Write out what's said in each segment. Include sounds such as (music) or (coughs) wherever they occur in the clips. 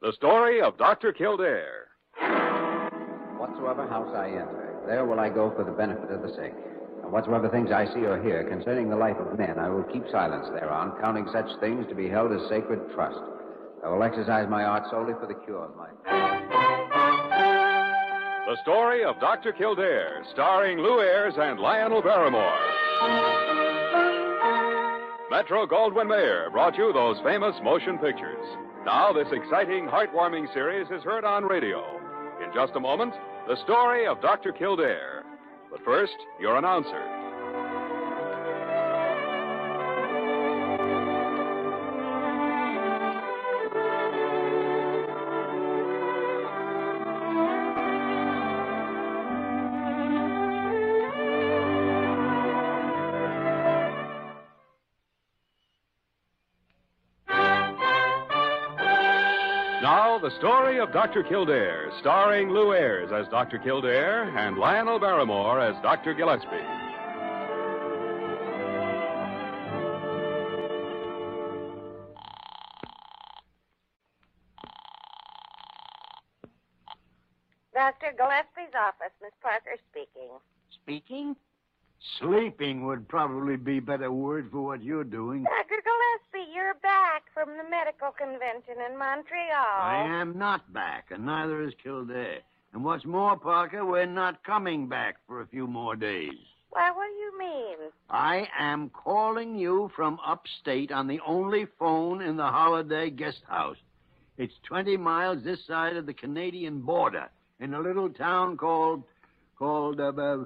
The story of Dr. Kildare. Whatsoever house I enter, there will I go for the benefit of the sick. And whatsoever things I see or hear concerning the life of men, I will keep silence thereon, counting such things to be held as sacred trust. I will exercise my art solely for the cure of my. The story of Dr. Kildare, starring Lou Ayres and Lionel Barrymore. Metro Goldwyn Mayer brought you those famous motion pictures. Now, this exciting, heartwarming series is heard on radio. In just a moment, the story of Dr. Kildare. But first, your announcer. Now, the story of Dr. Kildare, starring Lou Ayres as Dr. Kildare and Lionel Barrymore as Dr. Gillespie. (laughs) Dr. Gillespie's office, Miss Parker speaking. Speaking? Sleeping would probably be better word for what you're doing. Dr. Gillespie, you're back from the medical convention in Montreal. I am not back, and neither is Kildare. And what's more, Parker, we're not coming back for a few more days. Why, what do you mean? I am calling you from upstate on the only phone in the Holiday Guest House. It's 20 miles this side of the Canadian border in a little town called. called. Uh, uh,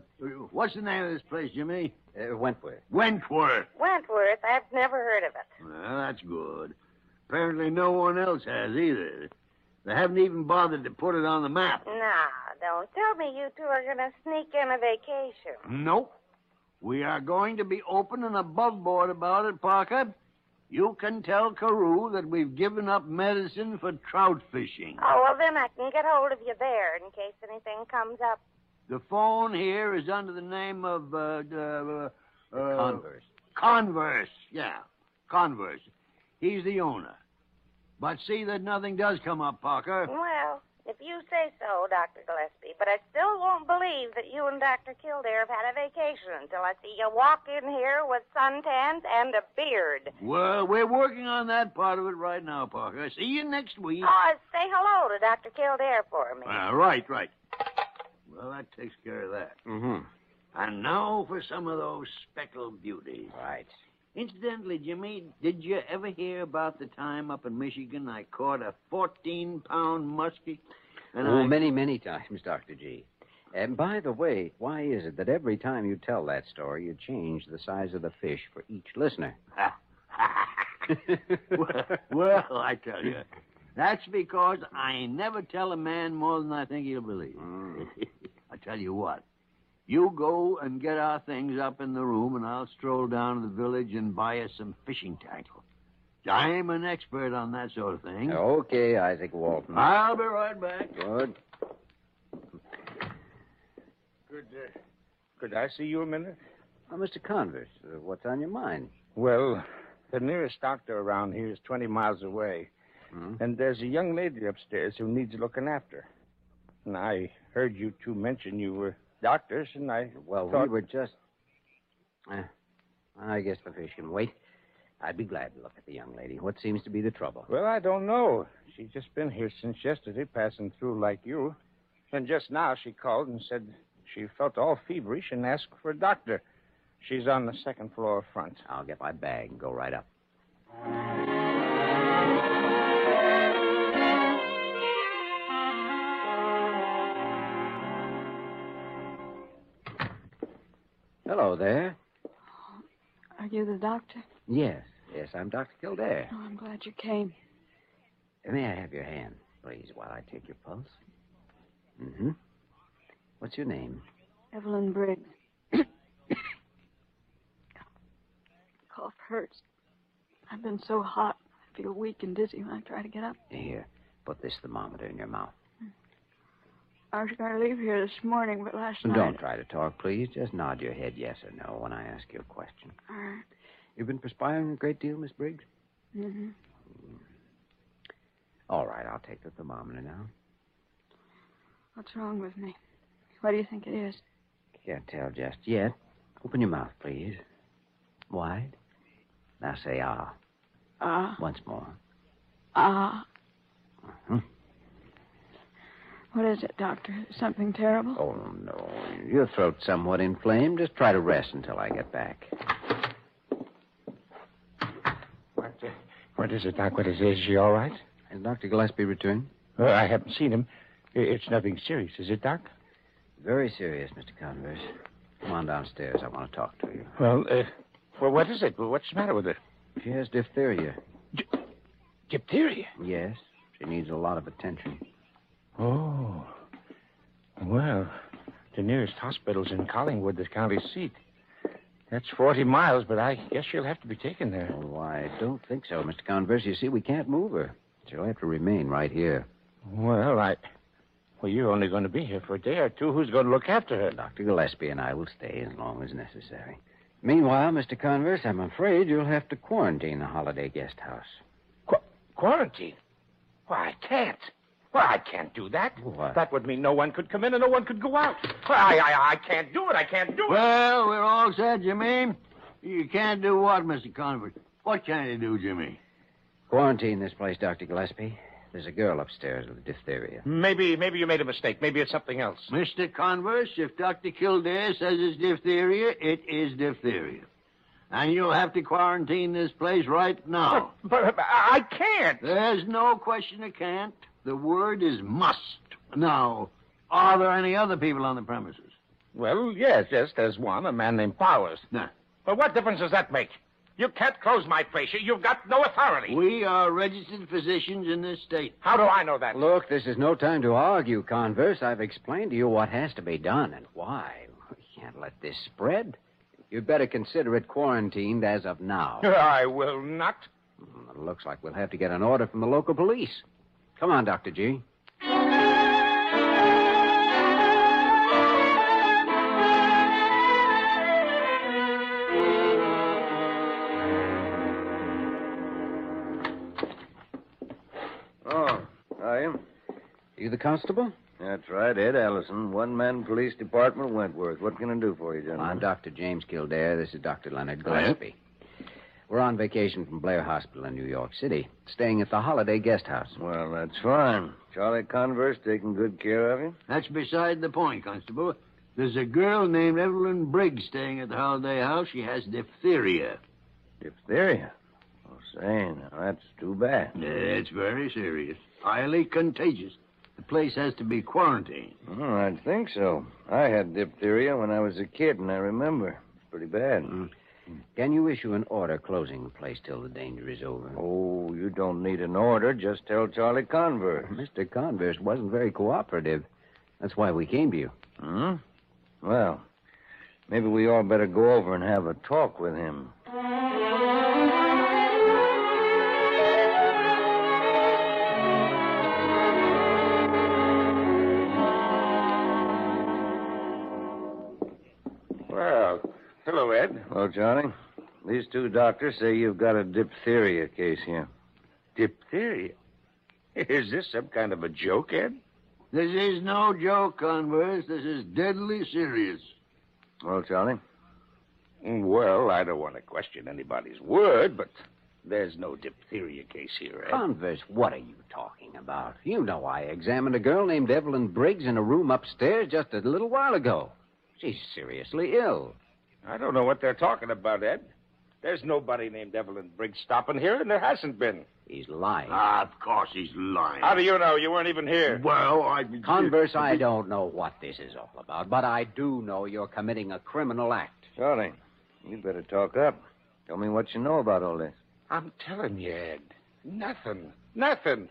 what's the name of this place, Jimmy? Uh, Wentworth. Wentworth. Wentworth, I've never heard of it. Well, that's good. Apparently, no one else has either. They haven't even bothered to put it on the map. Now, don't tell me you two are going to sneak in a vacation. Nope. We are going to be open and above board about it, Parker. You can tell Carew that we've given up medicine for trout fishing. Oh, well, then I can get hold of you there in case anything comes (laughs) up. The phone here is under the name of uh, d- uh, uh, Converse. Converse, yeah, Converse. He's the owner. But see that nothing does come up, Parker. Well, if you say so, Dr. Gillespie, but I still won't believe that you and Dr. Kildare have had a vacation until I see you walk in here with suntans and a beard. Well, we're working on that part of it right now, Parker. See you next week. Oh, say hello to Dr. Kildare for me. Uh, right, right. Well, that takes care of that. Mm-hmm. And now for some of those speckled beauties. Right. Incidentally, Jimmy, did you ever hear about the time up in Michigan I caught a 14 pound muskie? And oh, I... (laughs) many, many times, (laughs) Dr. G. And by the way, why is it that every time you tell that story, you change the size of the fish for each listener? (laughs) well, (laughs) I tell you, that's because I never tell a man more than I think he'll believe. Mm. I tell you what, you go and get our things up in the room, and I'll stroll down to the village and buy us some fishing tackle. I'm an expert on that sort of thing. Okay, Isaac Walton. I'll be right back. Good. Could, uh, could I see you a minute? Now, Mr. Converse, uh, what's on your mind? Well, the nearest doctor around here is 20 miles away. Hmm? And there's a young lady upstairs who needs looking after. And I heard you two mention you were doctors, and I. Well, we Thought- were just. Uh, I guess the fish can wait. I'd be glad to look at the young lady. What seems to be the trouble? Well, I don't know. She's just been here since yesterday, passing through like you. And just now she called and said she felt all feverish and asked for a doctor. She's on the second floor front. I'll get my bag and go right up. Hello there. Are you the doctor? Yes, yes, I'm Dr. Kildare. Oh, I'm glad you came. May I have your hand, please, while I take your pulse? Mm-hmm. What's your name? Evelyn Briggs. (coughs) Cough hurts. I've been so hot. I feel weak and dizzy when I try to get up. Here, put this thermometer in your mouth. I was going to leave here this morning, but last night. Don't try to talk, please. Just nod your head yes or no when I ask you a question. All right. You've been perspiring a great deal, Miss Briggs? Mm-hmm. All right, I'll take the thermometer now. What's wrong with me? What do you think it is? Can't tell just yet. Open your mouth, please. Wide. Now say ah. Ah, Once more. ah. Mhm. What is it, Doctor? Something terrible? Oh, no. Your throat's somewhat inflamed. Just try to rest until I get back. What, uh, what is it, Doc? What is it? Is she all right? Has Dr. Gillespie returned? Well, I haven't seen him. I- It's nothing serious, is it, Doc? Very serious, Mr. Converse. Come on downstairs. I want to talk to you. Well, uh, well, what is it? Well, What's the matter with her? She has diphtheria. Diphtheria. Yes. She needs a lot of attention. Oh. Well, the nearest hospital's in Collingwood, the county seat. That's 40 miles, but I guess she'll have to be taken there. Oh, I don't think so, Mr. Converse. You see, we can't move her. She'll have to remain right here. Well, I. Well, you're only going to be here for a day or two. Who's going to look after her? Dr. Gillespie and I will stay as long as necessary. Meanwhile, Mr. Converse, I'm afraid you'll have to quarantine the holiday guest house. Quarantine? Why, I can't. Well, I can't do that. What? That would mean no one could come in and no one could go out. Well, I, I, I can't do it. I can't do it. Well, we're all set, Jimmy. You can't do what, Mr. Convert? What can you do, Jimmy? Quarantine this place, Dr. Gillespie. There's a girl upstairs with diphtheria. Maybe, maybe you made a mistake. Maybe it's something else. Mr. Converse, if Dr. Kildare says it's diphtheria, it is diphtheria. And you'll have to quarantine this place right (laughs) now. But, but I I can't. There's no question of can't. The word is must. Now, are there any other people on the premises? Well, yes, yes, there's one, a man named Powers. No. But what difference does that make? You can't close my place. You- You've got no authority. We are registered physicians in this state. How do I know that? Look, this is no time to argue, Converse. I've explained to you what has to be done and why. (laughs) We can't let this spread. You'd better consider it quarantined as of now. (laughs) I will not. It looks like we'll have to get an order from the local police. Come on, Dr. G. Oh, I am. You the constable? That's right, Ed Allison, one man police department, Wentworth. What can I do for you, gentlemen? I'm Dr. James Kildare. This is Dr. Leonard Gillespie. We're on vacation from Blair Hospital in New York City, staying at the Holiday Guest House. Well, that's fine. Charlie Converse taking good care of you? That's beside the point, Constable. There's a girl named Evelyn Briggs staying at the Holiday House. She has diphtheria. Diphtheria. Oh, say, now that's too bad. It's very serious. Highly contagious. The place has to be quarantined. Oh, I'd think so. I had diphtheria when I was a kid, and I remember. It's pretty bad. Mm. Can you issue an order closing the place till the danger is over? Oh, you don't need an order. Just tell Charlie Converse. Mr. Converse wasn't very cooperative. That's why we came to you. Hmm? Well, maybe we all better go over and have a talk with him. Well, hello, Ed. Well, Charlie, these two doctors say you've got a diphtheria case here. Diphtheria? Is this some kind of a joke, Ed? This is no joke, Converse. This is deadly serious. Well, Charlie, Well, I don't want to question anybody's word, but there's no diphtheria case here, Ed. Converse, what are you talking about? You know I examined a girl named Evelyn Briggs in a room upstairs just a little while ago. She's seriously ill. I don't know what they're talking about, Ed. There's nobody named Evelyn Briggs stopping here, and there hasn't been. He's lying. Ah, of course he's lying. How do you know? You weren't even here. Well, I... Converse, I don't know what this is all about, but I do know you're committing a criminal act. Charlie, you better talk up. Tell me what you know about all this. I'm telling you, Ed. Nothing. Nothing.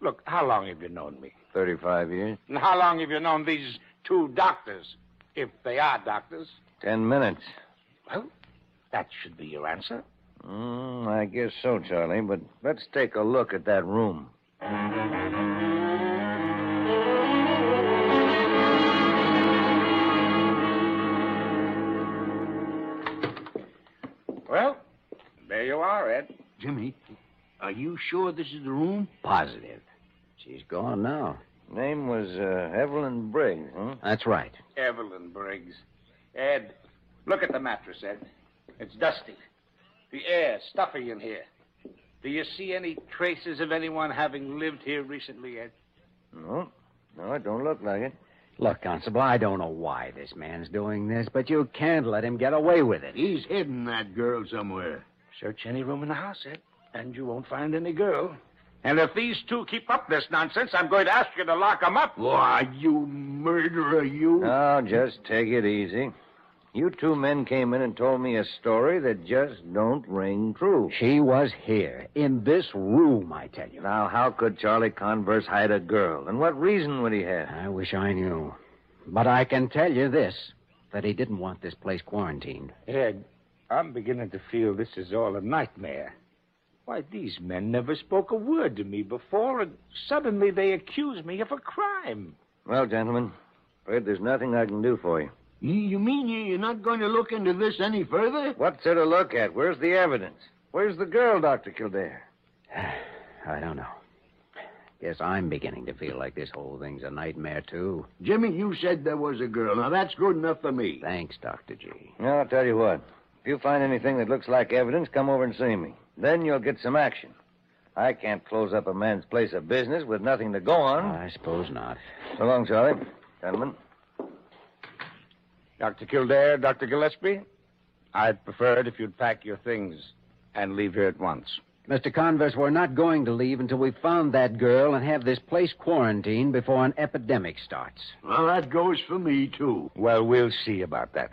Look, how long have you known me? 35 years? And how long have you known these two doctors? If they are doctors, Ten minutes. that should be your answer. Mm, I guess so, Charlie, but let's take a look at that room. Well, there you are, Ed. Jimmy, are you sure this is the room? Positive. She's gone now. Name was uh, Evelyn Briggs, huh? That's right. Evelyn Briggs. Ed, look at the mattress, Ed. It's dusty. The air, stuffy in here. Do you see any traces of anyone having lived here recently, Ed? No. No, it don't look like it. Look, Constable, I don't know why this man's doing this, but you can't let him get away with it. He's hidden that girl somewhere. Search any room in the house, Ed, and you won't find any girl. And if these two keep up this nonsense, I'm going to ask you to lock them up. Why, you murderer, you. Now, Uh, just take it easy. You two men came in and told me a story that just don't ring true. She was here, in this room, I tell you. Now, how could Charlie Converse hide a girl? And what reason would he have? I wish I knew. But I can tell you this that he didn't want this place quarantined. Ed, I'm beginning to feel this is all a nightmare. Why, these men never spoke a word to me before, and suddenly they accuse me of a crime. Well, gentlemen, afraid there's nothing I can do for you. You- You mean you- you're not going to look into this any further? What's there to look at? Where's the evidence? Where's the girl, Dr. Kildare? (sighs) I don't know. Guess I'm beginning to feel like this whole thing's a nightmare, too. Jimmy, you said there was a girl. Now, that's good enough for me. Thanks, Dr. G. Now, I'll tell you what. If you find anything that looks like evidence, come over and see me. Then you'll get some action. I can't close up a man's place of business with nothing to go on. I suppose not. So long, Charlie. Gentlemen. Dr. Kildare, Dr. Gillespie, I'd prefer it if you'd pack your things and leave here at once. Mr. Converse, we're not going to leave until we found that girl and have this place quarantined before an epidemic starts. Well, that goes for me, too. Well, we'll see about that.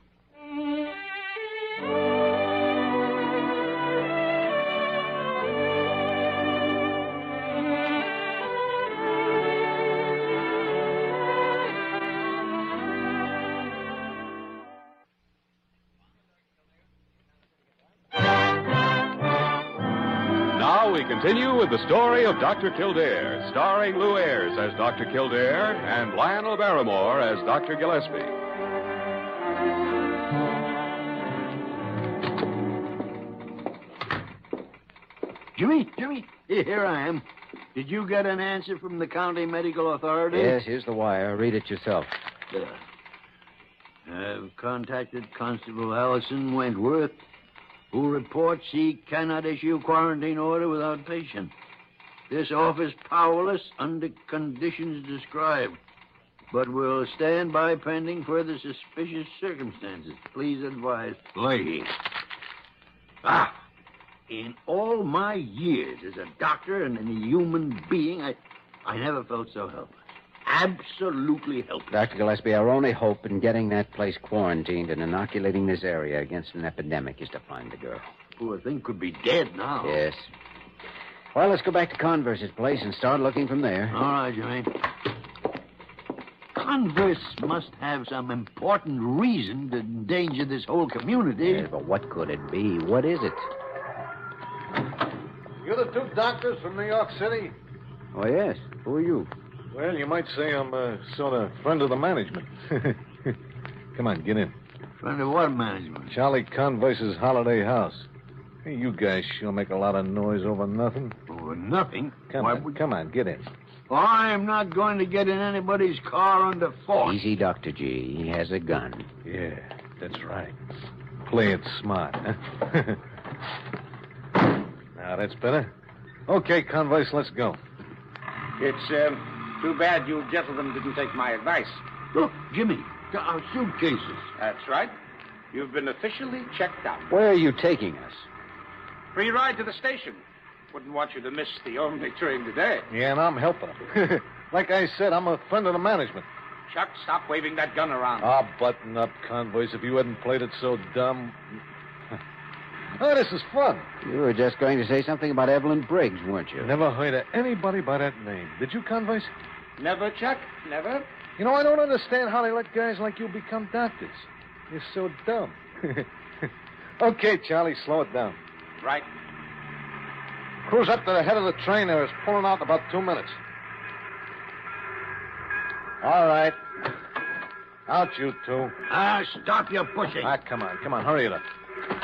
Now we continue with the story of Dr. Kildare, starring Lou Ayres as Dr. Kildare and Lionel Barrymore as Dr. Gillespie. Jimmy, Jimmy, here- here I am. Did you get an answer from the county medical authority? Yes, here's the wire. Read it yourself. Uh, I've contacted Constable Allison Wentworth, who reports she cannot issue quarantine order without patient. This office powerless under conditions described, but will stand by pending further suspicious circumstances. Please advise. Lady. Ah! In all my years as a doctor and a human being, I, I never felt so helpless. Absolutely helpless. Dr. Gillespie, our only hope in getting that place quarantined and inoculating this area against an epidemic is to find the girl. Poor thing could be dead now. Yes. Well, let's go back to Converse's place and start looking from there. All right, Jimmy. Converse must have some important reason to endanger this whole community. Yes, but what could it be? What is it? You're the two doctors from New York City? Oh, yes. Who are you? Well, you might say I'm a sort of friend of the management. (laughs) Come on, get in. Friend of what management? Charlie Converse's holiday house. Hey, you guys sure make a lot of noise over nothing. Or nothing. Come Why on, would- come on, get in. I'm not going to get in anybody's car under force. Easy, Dr. G. He has a gun. Yeah, that's right. Play it smart, huh? (laughs) now that's better. Okay, Converse, let's go. It's um, too bad you gentlemen didn't take my advice. Look, Jimmy, to our suitcases. That's right. You've been officially checked out. Where are you taking us? Free ride to the station. Wouldn't want you to miss the only train today. Yeah, and I'm helping him. (laughs) like I said, I'm a friend of the management. Chuck, stop waving that gun around. Ah, button up, Convoys. If you hadn't played it so dumb. (laughs) oh, this is fun. You were just going to say something about Evelyn Briggs, weren't you? Never heard of anybody by that name. Did you, Convoys? Never, Chuck. Never. You know, I don't understand how they let guys like you become doctors. You're so dumb. (laughs) okay, Charlie, slow it down. Right. Cruise up to the head of the train there. It's pulling out in about two minutes. All right. Out, you two. Ah, stop your pushing. Ah, come on, come on, hurry it up.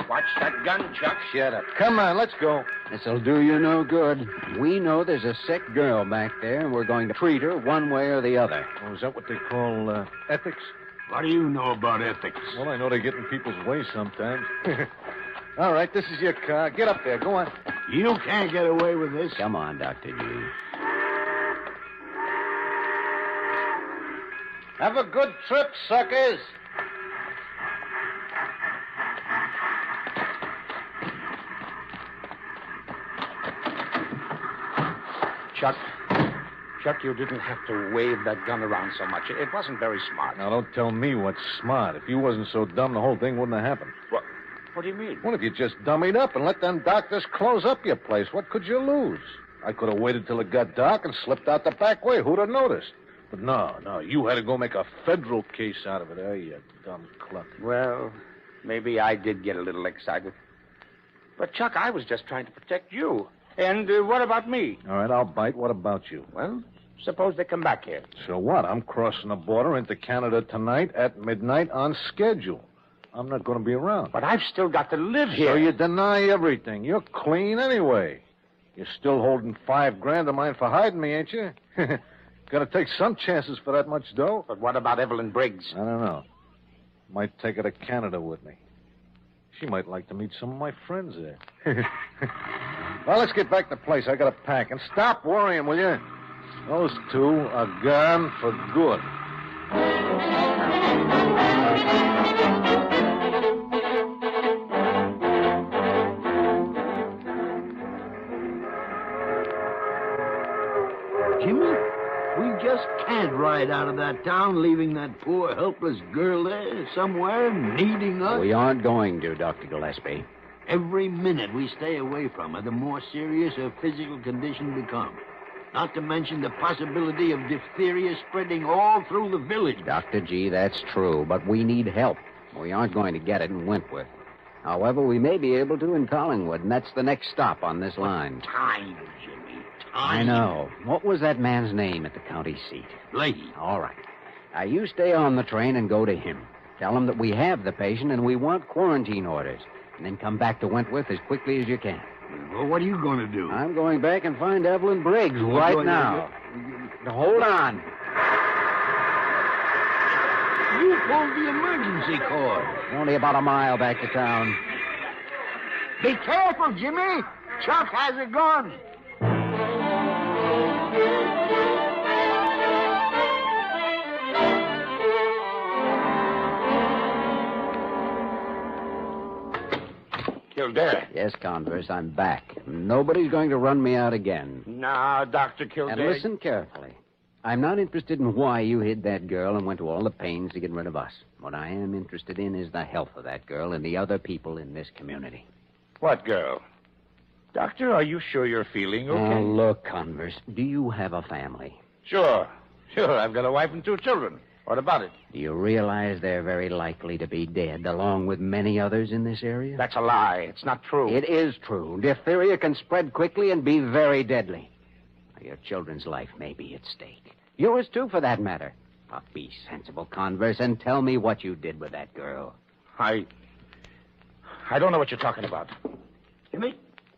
Watch that gun, Chuck. Shut up. Come on, let's go. This'll do you no good. We know there's a sick girl back there, and we're going to treat her one way or the other. Oh, is that what they call uh, ethics? What do you know about ethics? Well, I know they get in people's way sometimes. All right, this is your car. Get up there. Go on. You can't get away with this. Come on, Dr. G. Have a good trip, suckers. Chuck. Chuck, you didn't have to wave that gun around so much. It wasn't very smart. Now, don't tell me what's smart. If you wasn't so dumb, the whole thing wouldn't have happened. What, what do you mean? Well, if you just dummied up and let them doctors close up your place, what could you lose? I could have waited till it got dark and slipped out the back way. Who'd have noticed? But no, no, you had to go make a federal case out of it. Oh, you dumb cluck. Well, maybe I did get a little excited. But, Chuck, I was just trying to protect you. And uh, what about me? All right, I'll bite. What about you? Well, suppose they come back here. So what? I'm crossing the border into Canada tonight at midnight on schedule. I'm not going to be around. But I've still got to live here. So you deny everything. You're clean anyway. You're still holding five grand of mine for hiding me, ain't you? (laughs) Gonna take some chances for that much dough. But what about Evelyn Briggs? I don't know. Might take her to Canada with me. She might like to meet some of my friends (laughs) there. well, let's get back to place. I got to pack. And stop worrying, will you? Those two are gone for good. Jimmy, we just can't ride out of that town, leaving that poor, helpless girl there somewhere needing us. We aren't going to, Dr. Gillespie. Every minute we stay away from her, the more serious her physical condition becomes. Not to mention the possibility of diphtheria spreading all through the village. Dr. G, that's true, but we need help. We aren't going to get it in Wentworth. However, we may be able to in Collingwood, and that's the next stop on this line. Time, Jimmy. Time. I know. What was that man's name at the county seat? Lady. All right. Now, you stay on the train and go to him. Tell him that we have the patient and we want quarantine orders. And then come back to Wentworth as quickly as you can. Well, what are you going to do? I'm going back and find Evelyn Briggs You're right going now. Now, Hold on. You pulled the emergency cord. Only about a mile back to town. Be careful, Jimmy. Chuck has a gun. Kildare. Yes, Converse, I'm back. Nobody's going to run me out again. Now, Dr. Kildare. And listen carefully. I'm not interested in why you hid that girl and went to all the pains to get rid of us. What I am interested in is the health of that girl and the other people in this community. What girl? Doctor, are you sure you're feeling okay? Now, look, Converse, do you have a family? Sure. Sure, I've got a wife and two children. What about it? Do you realize they're very likely to be dead, along with many others in this area? That's a lie. It's not true. It is true. Diphtheria can spread quickly and be very deadly. Your children's life may be at stake. Yours, too, for that matter. But be sensible, Converse, and tell me what you did with that girl. I. I don't know what you're talking about. Jimmy?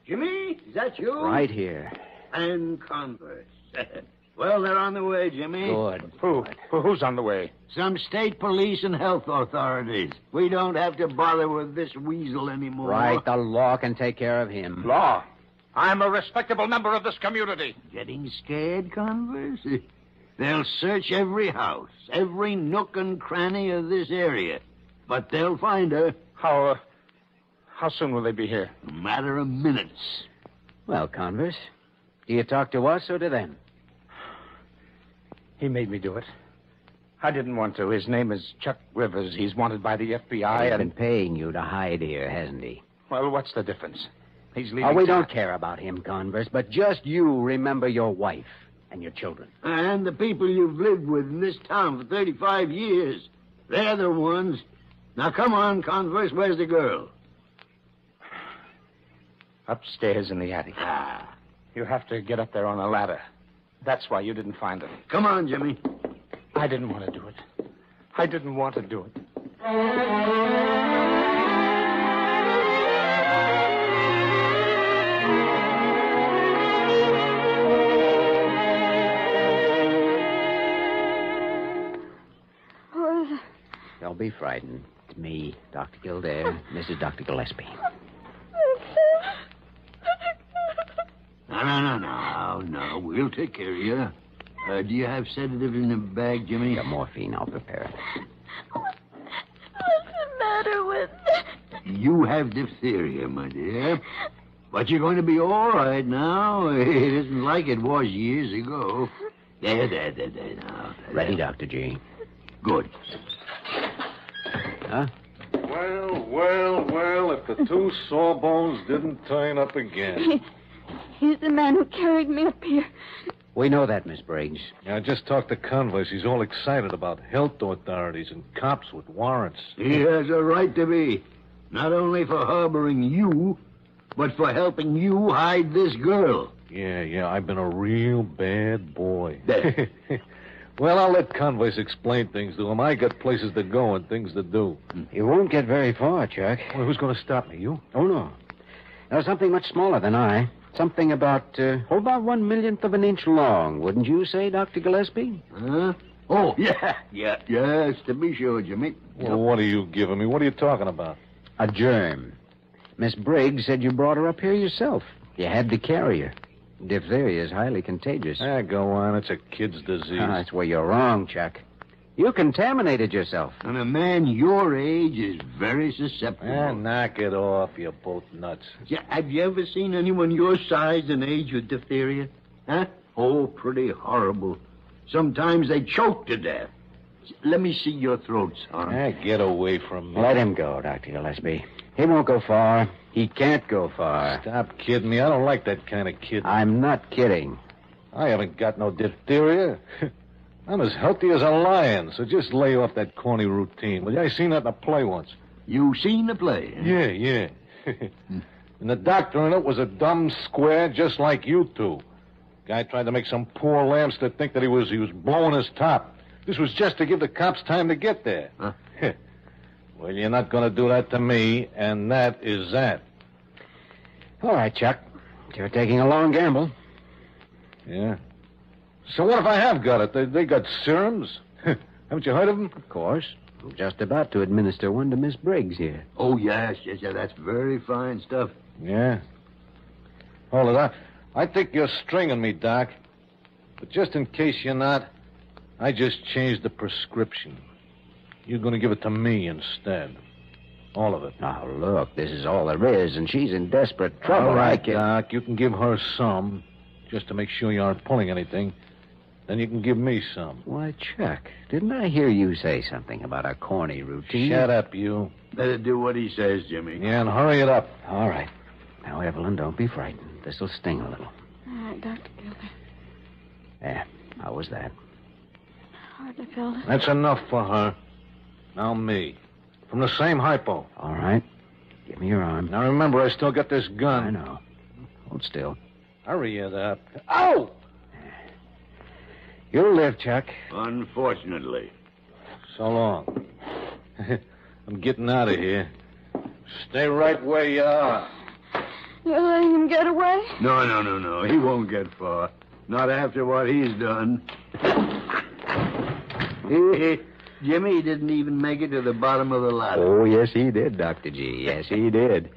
Jimmy? Is that you? Right here. And Converse. (laughs) well, they're on the way, Jimmy. Good. Who? Who- Who's on the way? Some state police and health authorities. We don't have to bother with this weasel anymore. Right, the law can take care of him. Law. I'm a respectable member of this community. Getting scared, Converse? (laughs) they'll search every house, every nook and cranny of this area. But they'll find her. How. Uh, how soon will they be here? A matter of minutes. Well, Converse, do you talk to us or to them? He made me do it. I didn't want to. His name is Chuck Rivers. He's wanted by the FBI, He's and been paying you to hide here, hasn't he? well, what's the difference? He's leaving. Oh, we town. don't care about him, Converse, but just you remember your wife and your children. And the people you've lived with in this town for 35 years. They're the ones. Now, come on, Converse. Where's the girl? Upstairs in the attic. Ah, You have to get up there on a ladder. That's why you didn't find them. Come on, Jimmy. I didn't want to do it. I didn't want to do it. Oh, Don't be frightened. It's me, Dr. Kildare, Mrs. Dr. Gillespie. No, no, no, no, no. We'll take care of you. Uh, do you have sedative in the bag, Jimmy? The morphine, I'll prepare it. What's the matter with You have diphtheria, my dear. But you're going to be all right now. (laughs) It isn't like it was years ago. There, there, there, there. Now. Ready, Dr. G. Good. Huh? Well, well, well, if the two sawbones didn't turn up (laughs) again. He's the man who carried me up here. We know that, Miss Briggs. Yeah, I just talked to Converse. He's all excited about health authorities and cops with warrants. He has a right to be. Not only for harboring you, but for helping you hide this girl. Yeah, yeah, I've been a real bad boy. (laughs) There. well, I'll let Converse explain things to him. I got places to go and things to do. You won't get very far, Chuck. Well, who's going to stop me? You? Oh, no. No, something much smaller than I. Something about, uh, oh, about one millionth of an inch long, wouldn't you say, Dr. Gillespie? Huh? Oh, (laughs) yeah, yeah, yes, to be sure, Jimmy. Well, what are you giving me? What are you talking about? A germ. Miss Briggs said you brought her up here yourself. You had to carry her. Diphtheria is highly contagious. Ah, go on. It's a kid's disease. Ah, that's where you're wrong, Chuck. You contaminated yourself. And a man your age is very susceptible. Ah, knock it off. You're both nuts. Yeah, have you ever seen anyone your size and age with diphtheria? Huh? Oh, pretty horrible. Sometimes they choke to death. Let me see your throat, son. Ah, get away from me. Let him go, Dr. Gillespie. He won't go far. He can't go far. Stop kidding me. I don't like that kind of kid. I'm not kidding. I haven't got no diphtheria. (laughs) I'm as healthy as a lion, so just lay off that corny routine. Well, I seen that in a play once. You seen the play? huh? Yeah, yeah. (laughs) and the doctor in it was a dumb square just like you two. Guy tried to make some poor lamster think that he was he was blowing his top. This was just to give the cops time to get there. Huh? (laughs) well, you're not going to do that to me, and that is that. All right, Chuck. You're taking a long gamble. Yeah. So what if I have got it? They, they got serums. (laughs) haven't you heard of them? Of course. I'm just about to administer one to Miss Briggs here. Oh, yes, yes, yes. That's very fine stuff. Yeah. Hold it up. I think you're stringing me, Doc. But just in case you're not, I just changed the prescription. You're going to give it to me instead. All of it. Now, look, this is all there is, and she's in desperate trouble. All right, I can... Doc. You can give her some, just to make sure you aren't pulling anything. Then you can give me some. Why, Chuck, didn't I hear you say something about a corny routine? Shut up, you. Better do what he says, Jimmy. Yeah, and hurry it up. All right. Now, Evelyn, don't be frightened. This'll sting a little. All right, Dr. Gilder. There. How was that? Hardly felt it. That's enough for her. Now me. From the same hypo. All right. Give me your arm. Now remember, I still got this gun. I know. Hold still. Hurry it up. Ow! You'll live, Chuck. Unfortunately. So long. (laughs) I'm getting out of here. Stay right where you are. You're letting him get away? No, no, no, no. He won't get far. Not after what he's done. (laughs) Jimmy didn't even make it to the bottom of the ladder. Oh, yes, he did, Dr. G. Yes, he did.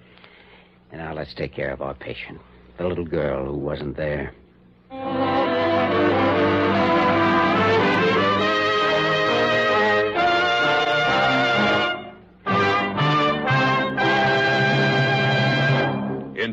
And (laughs) now let's take care of our patient, the little girl who wasn't there. In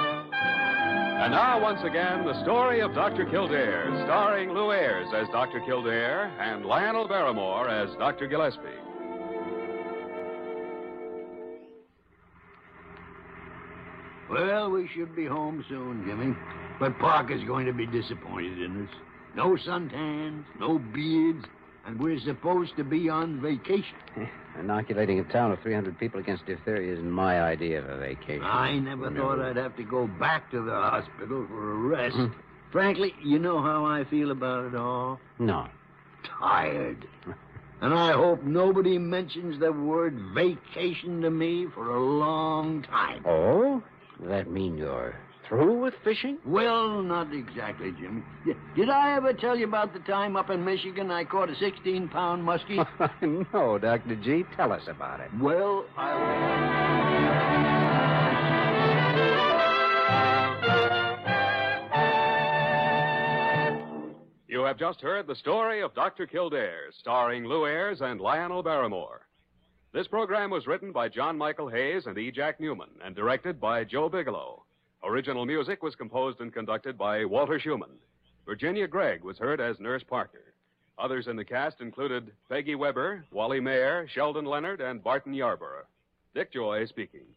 And now, once again, the story of Dr. Kildare, starring Lou Ayres as Dr. Kildare and Lionel Barrymore as Dr. Gillespie. Well, we should be home soon, Jimmy. But Parker's going to be disappointed in us. No suntans, no beards, and we're supposed to be on vacation. Inoculating a town of 300 people against diphtheria isn't my idea of a vacation. I never thought I'd have to go back to the hospital for a rest. Frankly, you know how I feel about it all. No. Tired. And I hope nobody mentions the word vacation to me for a long time. Oh? Does that mean you're through with (laughs) fishing? Well, not exactly, Jimmy. D- Did I ever tell you about the time up in Michigan I caught a 16 pound muskie? no, Dr. G. Tell us about it. well, I. You have just heard the story of Dr. Kildare, starring Lou Ayres and Lionel Barrymore. This program was written by John Michael Hayes and E. Jack Newman and directed by Joe Bigelow. Original music was composed and conducted by Walter Schumann. Virginia Gregg was heard as Nurse Parker. Others in the cast included Peggy Weber, Wally Mayer, Sheldon Leonard, and Barton Yarborough. Dick Joy speaking.